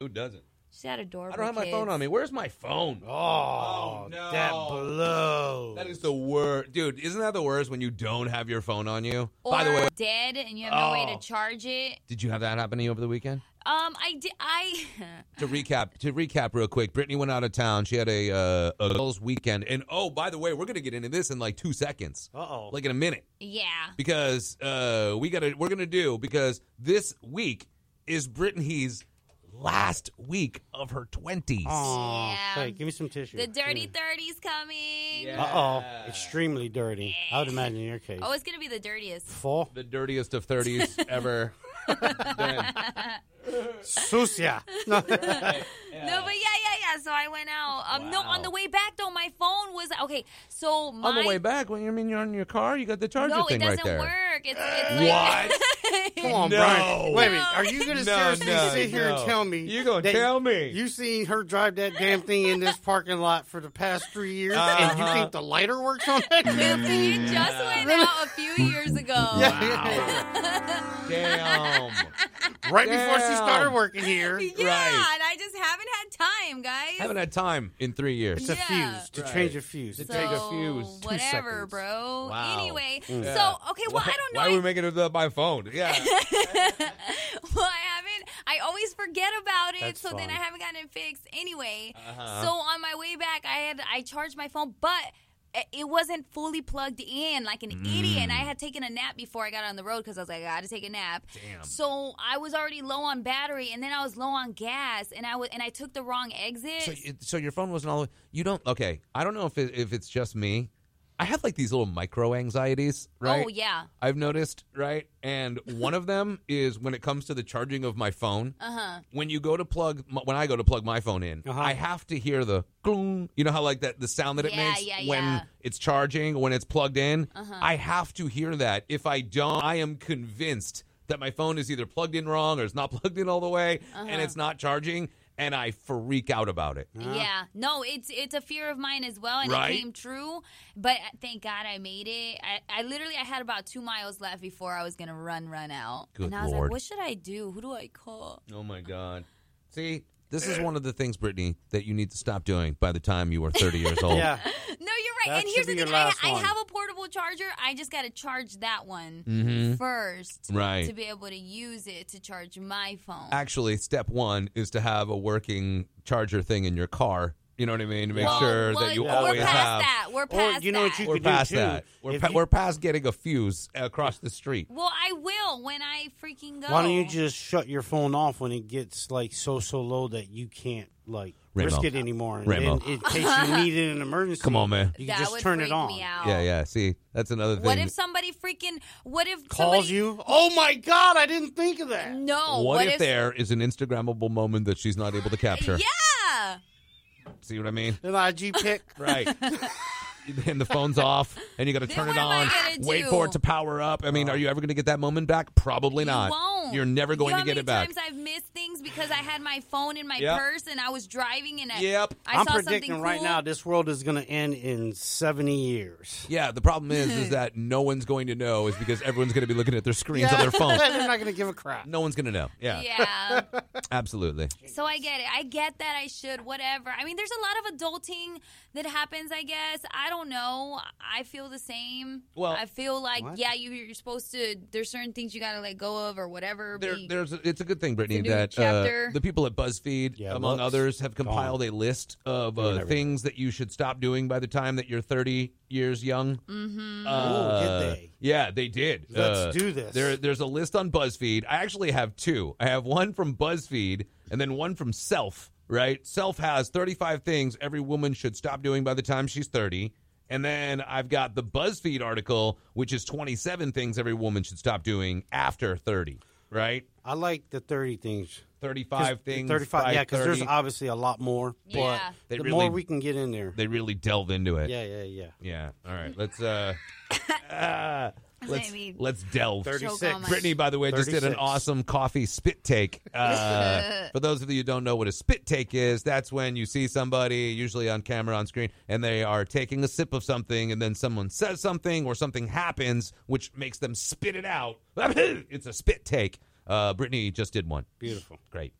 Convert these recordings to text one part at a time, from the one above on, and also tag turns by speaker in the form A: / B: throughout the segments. A: Who doesn't?
B: She's had adorable.
A: I don't have my
B: kids.
A: phone on me. Where's my phone?
C: Oh,
A: no.
C: that blows.
A: That is the worst. Dude, isn't that the worst when you don't have your phone on you?
B: Or
A: By the way,
B: dead, and you have no way
A: Oh.
B: to charge it.
A: did you have that happen to you over the weekend?
B: Um, I did. I
A: To recap, to recap real quick, Brittany went out of town. She had a, uh, a girls' weekend. And oh, by the way, we're going to get into this in like two seconds,
C: Uh-oh.
A: like in a minute.
B: yeah.
A: because uh, we got to we're gonna do because this week is Brittany's last week of her twenties.
C: Aw,
B: Yeah.
C: hey, give me some tissue.
B: The dirty thirties coming.
C: Uh oh, extremely dirty. I would imagine in your case.
B: Oh, it's gonna be the dirtiest.
C: Full
A: The dirtiest of thirties ever. Done.
C: sucia. No.
B: No, but yeah, yeah, yeah. So I went out. Um, no, on the way back though, my phone was okay. So my
A: On the way back, when you mean you're in your car, you got the charger
B: no, it
A: thing
B: doesn't
A: right there.
B: work. It's, it's like
C: Come on,
A: No.
C: Brian. Wait a minute. Are you going to
A: No,
C: seriously
A: no,
C: sit here
A: no.
C: and tell me?
A: You gonna
C: that
A: tell me?
C: You seen her drive that damn thing in this parking lot for the past three years, and you
A: Uh-huh.
C: think the lighter works on that? damn thing?
B: you just went out a few years ago.
A: Damn.
C: Right before she
A: Damn.
C: started working here.
B: Yeah, and I just haven't had time, guys.
A: Haven't had time in three years.
C: It's a
B: Yeah.
C: fuse. To change a fuse.
A: So- take a fuse, two
B: Whatever,
A: seconds.
B: bro.
A: Wow.
B: Anyway,
A: Yeah.
B: so okay. Well,
A: why,
B: I don't know.
A: Why
B: I,
A: are we making it up by phone? Yeah.
B: well, I haven't. I always forget about it,
C: That's
B: so then I
C: fine.
B: haven't gotten it fixed. Anyway,
A: Uh-huh.
B: so on my way back, I had I charged my phone, but i- it wasn't fully plugged in like an idiot.
A: Mm.
B: And I had taken a nap before I got on the road because I was like, I got to take a nap. Damn. So I was already low on battery, and then I was low on gas, and I was and I took the wrong exit.
A: So, it, so your phone wasn't all. You don't. Okay, I don't know if it, if it's just me. I have like these little micro anxieties, right?
B: Oh, yeah.
A: I've noticed, right? And one of them is when it comes to the charging of my phone. Uh
B: Uh-huh.
A: huh. When you go to plug, my- when I go to plug my phone in, I have to hear the gloom. You know how like that the sound that it
B: Yeah,
A: makes
B: yeah,
A: when
B: yeah. Uh-huh.
A: it's charging, when it's plugged in. I have to hear that. If I don't, I am convinced that my phone is either plugged in wrong or it's not plugged in all the way,
B: Uh-huh.
A: and it's not charging, and I freak out about it.
C: Uh-huh.
B: Yeah, no, it's it's a fear of mine as well, and
A: Right?
B: it came true. But uh, thank God I made it. I, I literally I had about two miles left before I was gonna run run out,
A: Good
B: and I was
A: Lord.
B: like, what should I do? Who do I call?
A: Oh my God. See, this is one of the things, Brittany, that you need to stop doing by the time you are 30 years old.
C: Yeah.
B: No, you're right.
C: That
B: and
C: should
B: here's
C: be
B: the
C: your
B: thing: I,
C: last
B: I
C: one.
B: have a portable charger. I just gotta charge that one first,
C: Mm-hmm.
A: Right.
B: To be able to use it to charge my phone.
A: Actually, step one is to have a working charger thing in your car. You know what I mean? To make
B: Well,
A: sure
B: well,
A: that you
B: we're
A: always
B: past
A: have.
B: that. We're
C: Or
B: past
C: you know
B: that.
C: what you
A: We're
C: could do
A: past
C: too.
A: that. We're,
C: If
A: pa-
C: you-
A: we're past getting a fuse across the street.
B: well, I will when I freaking go.
C: Why don't you just shut your phone off when it gets like so so low that you can't like
A: Ramo.
C: risk it anymore? And
A: Ramo.
C: then in case you need it in an emergency,
A: Come on, man.
C: you
B: that
C: can just
B: would
C: turn
B: freak
C: it on.
B: Me out.
A: Yeah, yeah. See, that's another thing.
B: What if somebody freaking? What if somebody,
C: Calls
B: Mm.
C: you. Oh my God! I didn't think of that.
B: No.
A: what, if, there is an Instagrammable moment that she's not able to capture?
B: Yeah.
A: See what I mean?
C: An IG pick.
A: Right. and the phone's off, and you got to
B: Then
A: turn it
B: what am
A: on.
B: I gonna
A: Wait
B: do?
A: for it to power up. I mean, are you ever going to get that moment back? Probably not.
B: You won't.
A: You're never
B: You
A: going
B: know
A: to get
B: how
A: it back.
B: many Times I've missed things because I had my phone in my
A: Yep.
B: purse and I was driving and I,
A: Yep.
B: I
C: I'm
B: saw
C: predicting
B: something
C: right
B: cool.
C: now this world is going to end in 70 years.
A: Yeah, the problem is is that no one's going to know is because everyone's going to be looking at their screens on their phone.
C: They're not going to give a crap.
A: No one's going to know. Yeah,
B: Yeah.
A: absolutely.
B: so I get it. I get that I should whatever. I mean, there's a lot of adulting that happens. I guess I don't know. I feel the same.
A: Well-
B: I feel like yeah, you you're supposed to. There's certain things you got to let go of or whatever.
A: There,
B: be-
A: there's it's a good thing,
B: a
A: Brittany,
B: new
A: that uh,
B: chapter.
A: the people at BuzzFeed,
C: Yeah,
A: among
C: looks
A: others, have compiled a list of uh,
C: everything.
A: things that you should stop doing by the time that you're 30 years young. Mm-hmm. uh,
C: Ooh, did they?
A: Yeah, they did. Uh,
C: Let's do this.
A: There, there's a list on BuzzFeed. I actually have two. I have one from BuzzFeed and then one from Self. Right? Self has 35 things every woman should stop doing by the time she's 30. And then I've got the BuzzFeed article, which is 27 things every woman should stop doing after 30. Right?
C: I like the 30 things.
A: 35 things.
C: 35, yeah, because there's
A: 530.
C: obviously a lot more.
B: Yeah.
A: They
C: But the
A: really-
C: more we can get in there.
A: They really delve into it.
C: Yeah, yeah, yeah.
A: Yeah. All right. Let's uh, ah, let's
B: I mean-
A: let's delve.
B: Choke on my-
A: Brittany, by the way, just did an
C: 36.
A: awesome coffee spit take. Uh, for those of you who don't know what a spit take is, that's when you see somebody, usually on camera, on screen, and they are taking a sip of something, and then someone says something or something happens, which makes them spit it out. It's a spit take. Uh, Brittany just did one. Beautiful. Great.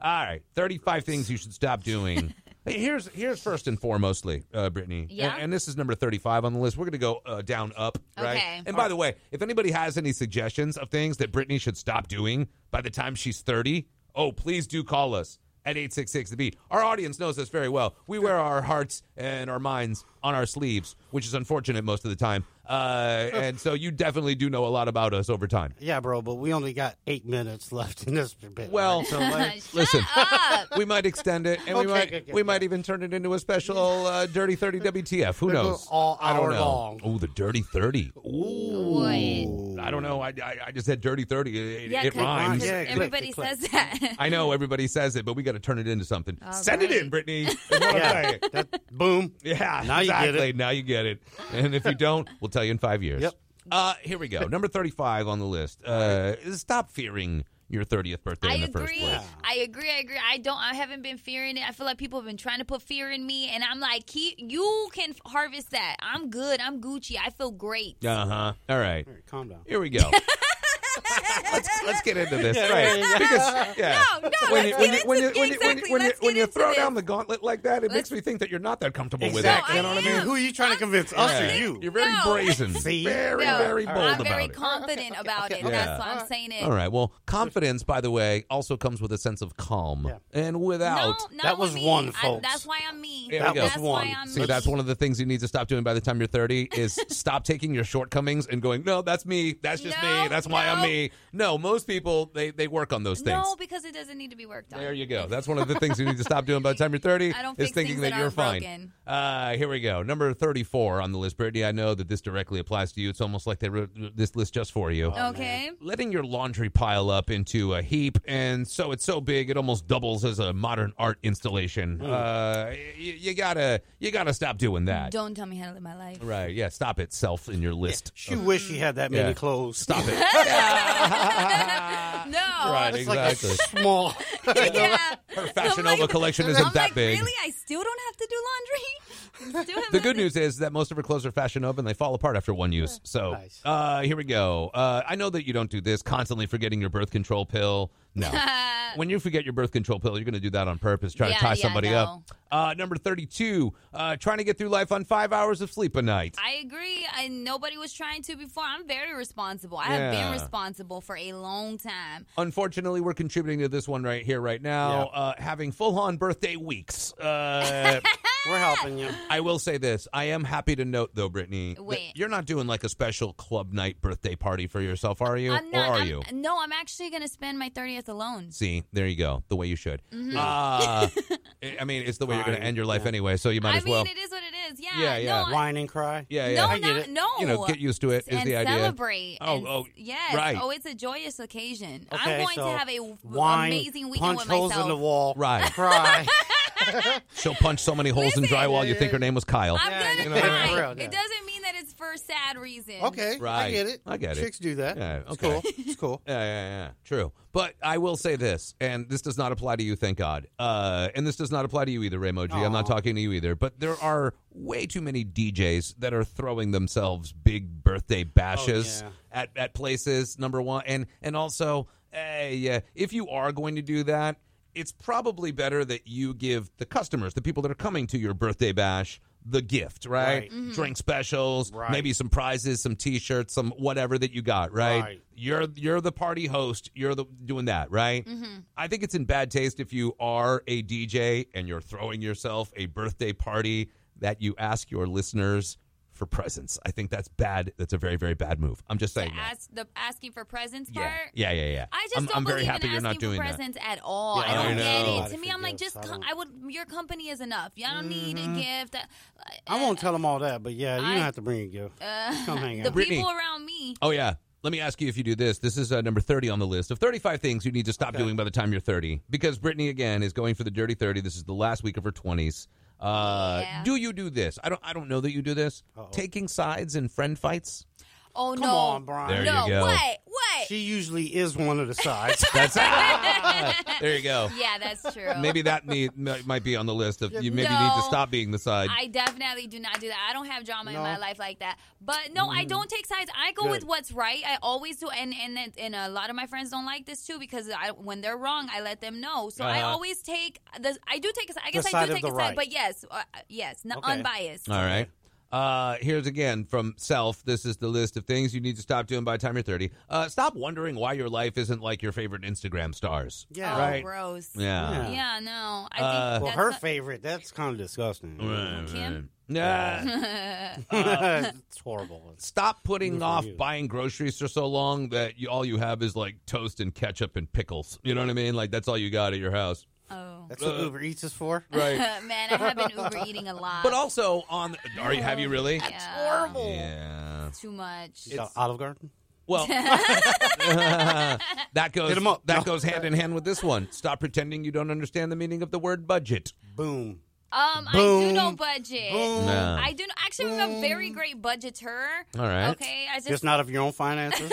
A: All right. 35 things you should stop doing. Hey, Here's here's first and foremostly, uh, Brittany.
B: Yeah?
A: And, and this is number 35 on the list. We're going to go uh, down up, right?
B: Okay.
A: And by the way, if anybody has any suggestions of things that Brittany should stop doing by the time she's 30, oh, please do call us at 866 the beat. Our audience knows us very well. We wear our hearts and our minds on our sleeves, which is unfortunate most of the time. Uh, and so you definitely do know a lot about us over time.
C: Yeah, bro, but we only got eight minutes left in this bit.
A: Well,
C: right? so like,
A: listen, we might extend it, and we
C: Okay,
A: might we
C: okay, okay.
A: might even turn it into a special uh, Dirty Thirty WTF. Who
C: We'll go
A: knows?
C: all
A: I don't
C: hour
A: know.
C: long.
A: Oh, the Dirty Thirty. Ooh.
B: Boy.
A: I don't know. I, I, I just said Dirty Thirty. It,
B: Yeah,
A: it
B: because
A: rhymes.
C: Yeah, click,
B: everybody
C: click,
B: says that.
A: I know everybody says it, but we got to turn it into something. Send it
B: right.
A: in, Brittany. is what I'm
C: yeah,
A: saying.
C: that- boom.
A: Yeah,
C: Now you get it.
A: exactly. Now you get it. And if you don't, we'll tell you in five years.
C: Yep.
A: Uh, here we go. Number thirty-five on the list. Uh, stop fearing your thirtieth birthday
B: I
A: in the first
B: agree.
A: place.
B: I agree. I agree. I don't. I haven't been fearing it. I feel like people have been trying to put fear in me, and I'm like, keep, you can harvest that. I'm good. I'm Gucci. I feel great.
A: Uh huh. All right.
C: Calm down.
A: Here we go. let's, let's get into this, right? Because yeah,
B: No, no,
A: when
B: let's
A: you
B: get
A: when you
B: into-
A: when you when you- when you-
B: exactly,
A: when you
B: let's
A: when
B: get
A: you
B: into
A: throw
B: this.
A: down the gauntlet like that, it makes me think that you're not that comfortable
C: Exactly.
A: with it. You
B: No,
A: know
B: I
A: what I
B: am.
A: mean?
C: Who are you trying to convince? Us or you?
A: You're very
B: No.
A: brazen,
C: See?
A: very
B: No,
A: very bold
B: I'm
A: about
B: very
A: it.
B: confident about
A: okay.
B: it.
A: Yeah.
B: That's why I'm saying it.
A: All right. Well, confidence, by the way, also comes with a sense of calm, and
B: No,
A: without.
B: no,
C: That was
B: me.
C: one,
B: I-
C: folks.
B: that's why I'm me.
A: There we go.
B: that's
C: That was
B: Why
C: one.
B: I'm
A: See,
B: me.
A: that's one of the things you need to stop doing by the time you're 30 is stop taking your shortcomings and going, no, that's me. That's just
B: No,
A: me. That's why I'm
B: no.
A: me. No, most people, they, they work on those things.
B: No, because it doesn't need to be worked on.
A: There you go. That's one of the things you need to stop doing by the time you're 30
B: I don't
A: is
B: fix
A: thinking
B: things
A: that,
B: that
A: you're
B: aren't
A: fine.
B: broken.
A: Uh, here we go. Number 34 on the list. Brittany, I know that this directly applies to you. It's almost like they wrote this list just for you.
B: Oh. Okay.
A: Letting your laundry pile up into a heap, and so it's so big it almost doubles as a modern art installation. Uh, y- you gotta, you gotta stop doing that.
B: Don't tell me how to live my life.
A: Right? Yeah. Stop it, self, in your list.
C: She wish she had that many
A: Yeah.
C: clothes.
A: Stop it.
B: No.
A: right.
C: It's like
A: Exactly.
C: a small.
B: Yeah.
A: Her Fashion
B: I'm
A: Nova
B: like-
A: collection
B: I'm
A: isn't that
B: like,
A: big.
B: Really, I still don't have to do laundry. Still have
A: The
B: my-
A: good news is that most of her clothes are fashion up and they fall apart after one use. So
C: Nice.
A: uh, here we go. Uh, I know that you don't do this, constantly forgetting your birth control pill. No. when you forget your birth control pill, you're going to do that on purpose, trying to
B: Yeah,
A: tie
B: yeah,
A: somebody
B: no.
A: up. Uh, number 32, uh, trying to get through life on five hours of sleep a night.
B: I agree, and nobody was trying to before. I'm very responsible. I have
A: Yeah.
B: been responsible for a long time.
A: Unfortunately, we're contributing to this one right here, right now. Uh, having full on birthday weeks. Uh,
C: We're helping you.
A: I will say this. I am happy to note, though, Brittany, that
B: Wait.
A: you're not doing like a special club night birthday party for yourself, are you?
B: I'm not.
A: or are
B: I'm-
A: you?
B: No, I'm actually going to spend my 30th alone.
A: See, there you go. The way you should. Ah, I- I mean, it's the way you're going to end your life anyway, so you might
B: I
A: as
B: mean,
A: well.
B: it is what it is. Yeah.
A: Yeah, yeah.
B: No, I-
C: Whine and cry.
A: yeah, yeah.
B: No,
C: I get
B: not,
C: it.
B: no.
A: You know, get used to it is
B: and
A: the idea.
B: Celebrate.
A: Oh,
B: and,
A: oh,
B: yes.
A: right.
B: Oh, it's a joyous occasion.
C: Okay,
B: I'm going
C: so
B: to have a w-
C: whine,
B: amazing weekend with
C: punch holes
B: myself.
C: in the wall.
A: Right.
C: Cry.
A: She'll punch so many holes in
B: Listen.
A: drywall you think her name was Kyle.
B: I'm
C: Yeah,
B: gonna
C: you know what I mean?
B: cry.
C: For real, yeah.
B: It doesn't mean that it's for sad reason.
C: okay.
A: Right.
C: I get it.
A: I get it.
C: Chicks do that.
A: Yeah,
C: It's
A: okay.
C: cool. It's cool.
A: Yeah, yeah, yeah. True. But I will say this, and this does not apply to you, thank God. Uh, and this does not apply to you either, Ramoji. I'm not talking to you either. But there are way too many DJs that are throwing themselves big birthday bashes at, at places, number one. And, and also, eh, yeah, if you are going to do that, it's probably better that you give the customers, the people that are coming to your birthday bash, the gift, right?
C: Right.
A: Drink specials, maybe some prizes, some T-shirts, some whatever that you got, right?
C: Right.
A: You're you're the party host. You're the doing that, right?
B: Mm-hmm.
A: I think it's in bad taste if you are a DJ and you're throwing yourself a birthday party that you ask your listeners for presents. I think that's bad. That's a very very bad move. I'm just saying. that.
B: Ask the asking for presents
A: Yeah.
B: part.
A: yeah, yeah, yeah.
B: I just
A: I'm,
B: don't
A: I'm very
B: believe
A: happy
B: in
A: you're not
B: asking
A: doing
B: for
A: that.
B: presents at all.
A: Yeah,
B: I
A: I
B: don't
A: know.
B: get it. To
C: I
B: me, I'm like,
C: forgive,
B: just come,
C: I Mm-hmm.
B: I would. Your company is enough. Y'all don't need a gift. Uh,
C: I won't tell them all that, but yeah, you
B: I- Uh,
C: don't have to bring a gift. Come hang
B: the
C: out.
A: Brittany.
B: people around me.
A: Oh yeah. Let me ask you if you do this. This is uh, number 30 on the list of 35 things you need to stop doing by the time you're 30. Because Brittany, again, is going for the dirty 30. This is the last week of her 20s. Uh,
B: Yeah.
A: Do you do this? I don't. I don't know that you do this. Taking sides in friend fights.
B: Oh
C: Come
B: no!
C: on, Brian.
A: There
B: no,
A: you go.
B: what? What?
C: She usually is one of the sides.
A: That's there you go.
B: yeah, that's true.
A: Maybe that need, m- might be on the list of you. Maybe
B: No.
A: need to stop being the side.
B: I definitely do not do that. I don't have drama in
C: No. Mm-hmm.
B: my life like that. But no, I don't take sides. I go with
C: Good.
B: what's right. I always do, and and it- and a lot of my friends don't like this too because I, when they're wrong, I let them know. So I
A: Uh-huh.
B: always take the. I do take a side. I guess I
C: side
B: do
C: of
B: take
C: the
B: a side,
C: right.
B: but yes, uh, yes, n-
C: Okay.
B: unbiased.
A: All right. Uh, here's again from self. This is the list of things you need to stop doing by the time you're 30. Uh, stop wondering why your life isn't like your favorite Instagram stars.
C: yeah,
B: oh,
C: right.
B: gross.
A: Yeah.
C: Yeah.
B: Yeah, no. I think
A: Uh,
B: that's
C: Well, her
B: not-
C: favorite. That's kind of disgusting. Oh,
B: Kim?
A: Nah.
B: Uh,
C: it's horrible.
A: stop putting
C: for
A: off
C: you.
A: buying groceries for so long that you, all you have is like toast and ketchup and pickles. You know what I mean? Like that's all you got at your house.
B: Oh.
C: That's what Uber Eats is for.
A: Right.
B: uh, Man, I have been Uber eating a lot.
A: but also on are you have you really?
B: Oh. Yeah,
A: Yeah.
B: Too much.
C: It's Olive Garden.
A: Well, that goes
C: Hit 'em up.
A: that
C: No.
A: goes hand in hand with this one. Stop pretending you don't understand the meaning of the word budget.
C: Boom.
B: Um, I do
C: Boom.
B: know budget.
C: Boom.
A: No.
B: I do know, actually. I'm a very great budgeter.
A: All right.
B: Okay. I just,
C: Just not of your own finances.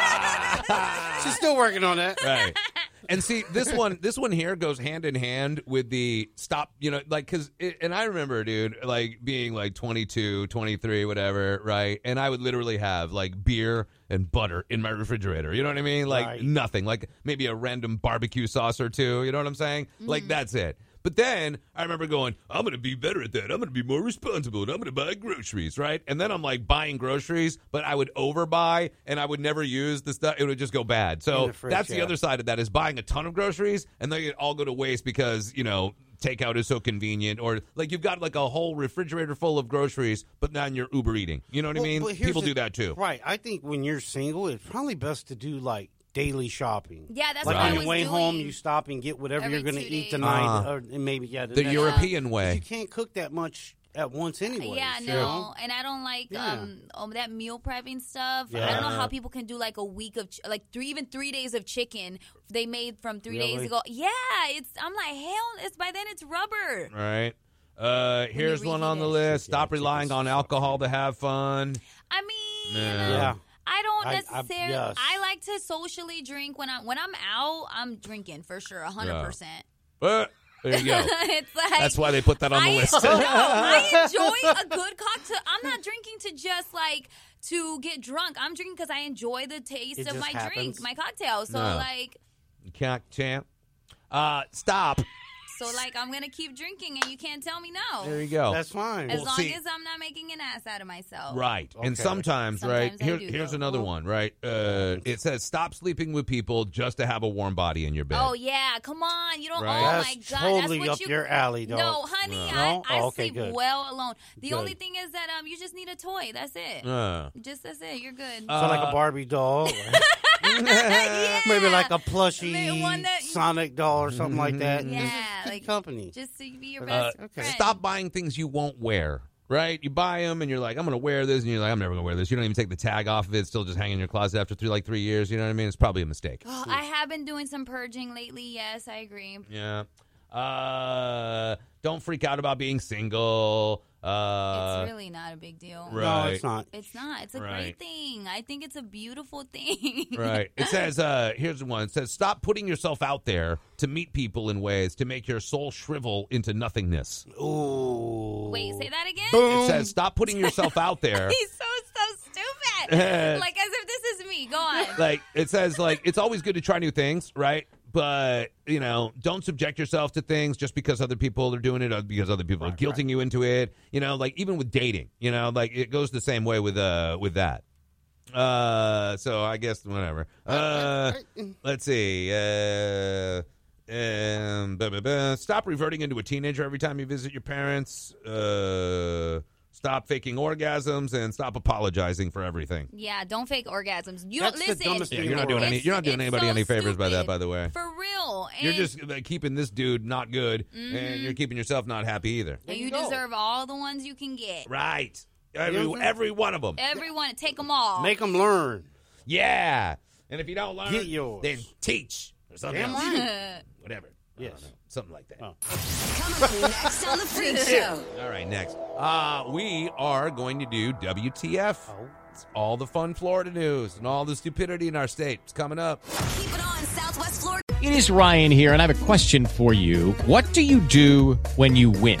C: She's still working on that.
A: Right. And see this one, this one here goes hand in hand with the stop. You know, like because and I remember, dude, like being like 22, 23, whatever, right? And I would literally have like beer and butter in my refrigerator. You know what I mean? Like
C: Right.
A: nothing. Like maybe a random barbecue sauce or two. You know what I'm saying?
C: Mm-hmm.
A: Like that's it. But then I remember going, I'm going to be better at that. I'm going to be more responsible and I'm going to buy groceries, right? And then I'm like buying groceries, but I would overbuy and I would never use the stuff. It would just go bad. So
C: In the fridge,
A: that's the
C: yeah.
A: other side of that is buying a ton of groceries and they all go to waste because, you know, takeout is so convenient or like you've got like a whole refrigerator full of groceries, but now you're Uber eating. You know what I
C: Well,
A: mean?
C: but here's
A: People
C: the-
A: do that too.
C: Right. I think when you're single, it's probably best to do like daily shopping.
B: Yeah, that's
C: like
A: what I
C: on
A: was
C: your way
B: doing.
C: home, you stop and get whatever
B: Every
C: you're going to
B: two
C: eat
B: days.
C: tonight, or and maybe yeah.
A: Uh-huh. The
C: next-
A: European
C: You
A: way.
C: can't cook that much at once anyway.
B: yeah,
C: you
B: no,
C: know?
B: and I don't like
C: Yeah.
B: um, um that meal prepping stuff. I
C: Yeah.
B: don't know how people can do like a week of ch- like three even three days of chicken they made from three days
C: Really?
B: ago. Yeah, it's I'm like hell. It's by then it's rubber.
A: All right. Uh, here's one on the
B: reheat
A: list. Stop relying on alcohol to have fun.
B: I mean,
A: Yeah.
B: I don't
C: I- I-
B: necessarily. I,
C: yes.
B: like to socially drink when I when I'm out. I'm drinking for sure, hundred
A: Yeah.
B: percent.
A: Uh, there you go.
B: It's like
A: That's why they put that on the
B: I,
A: list.
B: no, I enjoy a good cocktail. I'm not drinking to just like to get drunk. I'm drinking because I enjoy the taste
C: It
B: of
C: just
B: my drink,
C: happens.
B: my cocktail. So
A: No.
B: like,
A: Can't champ. Uh, stop.
B: so like, I'm gonna keep drinking, and you can't tell me
A: There
B: no.
A: you go.
C: That's fine.
B: As
A: Oh. Well,
B: long
A: see-
B: as I'm not making an ass out of myself.
A: Right. And
C: Okay.
A: sometimes, right,
B: Sometimes I
A: here-
B: do,
A: here's
B: though.
A: another one, right? Uh,
C: Mm-hmm.
A: it says stop sleeping with people just to have a warm body in your bed.
B: Oh yeah, come on! You don't.
A: Right.
B: Oh my
C: That's
B: god,
C: totally
B: that's what
C: up
B: you,
C: your alley, dog.
B: No, honey,
C: No?
B: I, I
C: Oh, okay,
B: sleep
C: good.
B: well alone. The
C: Good.
B: only thing is that um, you just need a toy. That's it.
A: Uh.
B: just that's it. You're good.
C: so like a Barbie doll. or- Maybe like a plushy
B: Maybe one that-
C: Sonic doll or something like that. and
B: Yeah,
C: just keep
B: like-
C: company.
B: just to be your
A: Uh,
B: best friend.
A: Stop buying things you won't wear. Right? You buy them and you're like, I'm going to wear this. And you're like, I'm never going to wear this. You don't even take the tag off of it. It's still just hanging in your closet after three, like three years. You know what I mean? It's probably a mistake.
B: Oh, I have been doing some purging lately. Yes, I agree.
A: Yeah. Uh, don't freak out about being single. Uh,
B: it's really not a big deal.
A: right.
C: No, it's not.
B: It's not. It's a
A: Right.
B: great thing. I think it's a beautiful thing.
A: right. It says, uh, here's one. It says, stop putting yourself out there to meet people in ways to make your soul shrivel into nothingness.
C: Ooh.
B: Wait, say that again.
A: It says, stop putting yourself out there.
B: He's so so stupid. like as if this is me. Go on.
A: like it says like it's always good to try new things right but you know don't subject yourself to things just because other people are doing it or because other people are guilting you into it you know like even with dating you know like it goes the same way with uh with that uh so i guess whatever uh let's see uh um, blah, blah, blah. Stop reverting into a teenager every time you visit your parents. Uh, stop faking orgasms and stop apologizing for everything.
B: Yeah, don't fake orgasms. You
C: That's the
B: listen.
C: dumbest
A: Yeah,
C: thing
A: you're not doing any.
B: It's-
A: You're not doing
B: it's
A: anybody
B: so
A: any favors by that,
B: stupid.
A: by the way.
B: For real. And
A: You're just uh, keeping this dude not good,
C: Mm-hmm.
A: and you're keeping yourself not happy either.
B: and you deserve all the ones you can get.
A: Right. Every every one of them.
B: Everyone, take them all.
C: Make them learn.
A: Yeah. And if you don't learn,
C: Get yours.
A: then teach or something.
C: Damn
A: else.
B: right.
A: Whatever. I don't
C: Yes.
A: know. Something like that.
C: Oh.
D: Coming up next on The Freak Show.
A: All right, next. Uh, we are going to do WTF.
C: Oh.
A: It's all the fun Florida news and all the stupidity in our state. It's coming up.
D: Keep it on Southwest Florida.
E: It is Ryan here, and I have a question for you. What do you do when you win?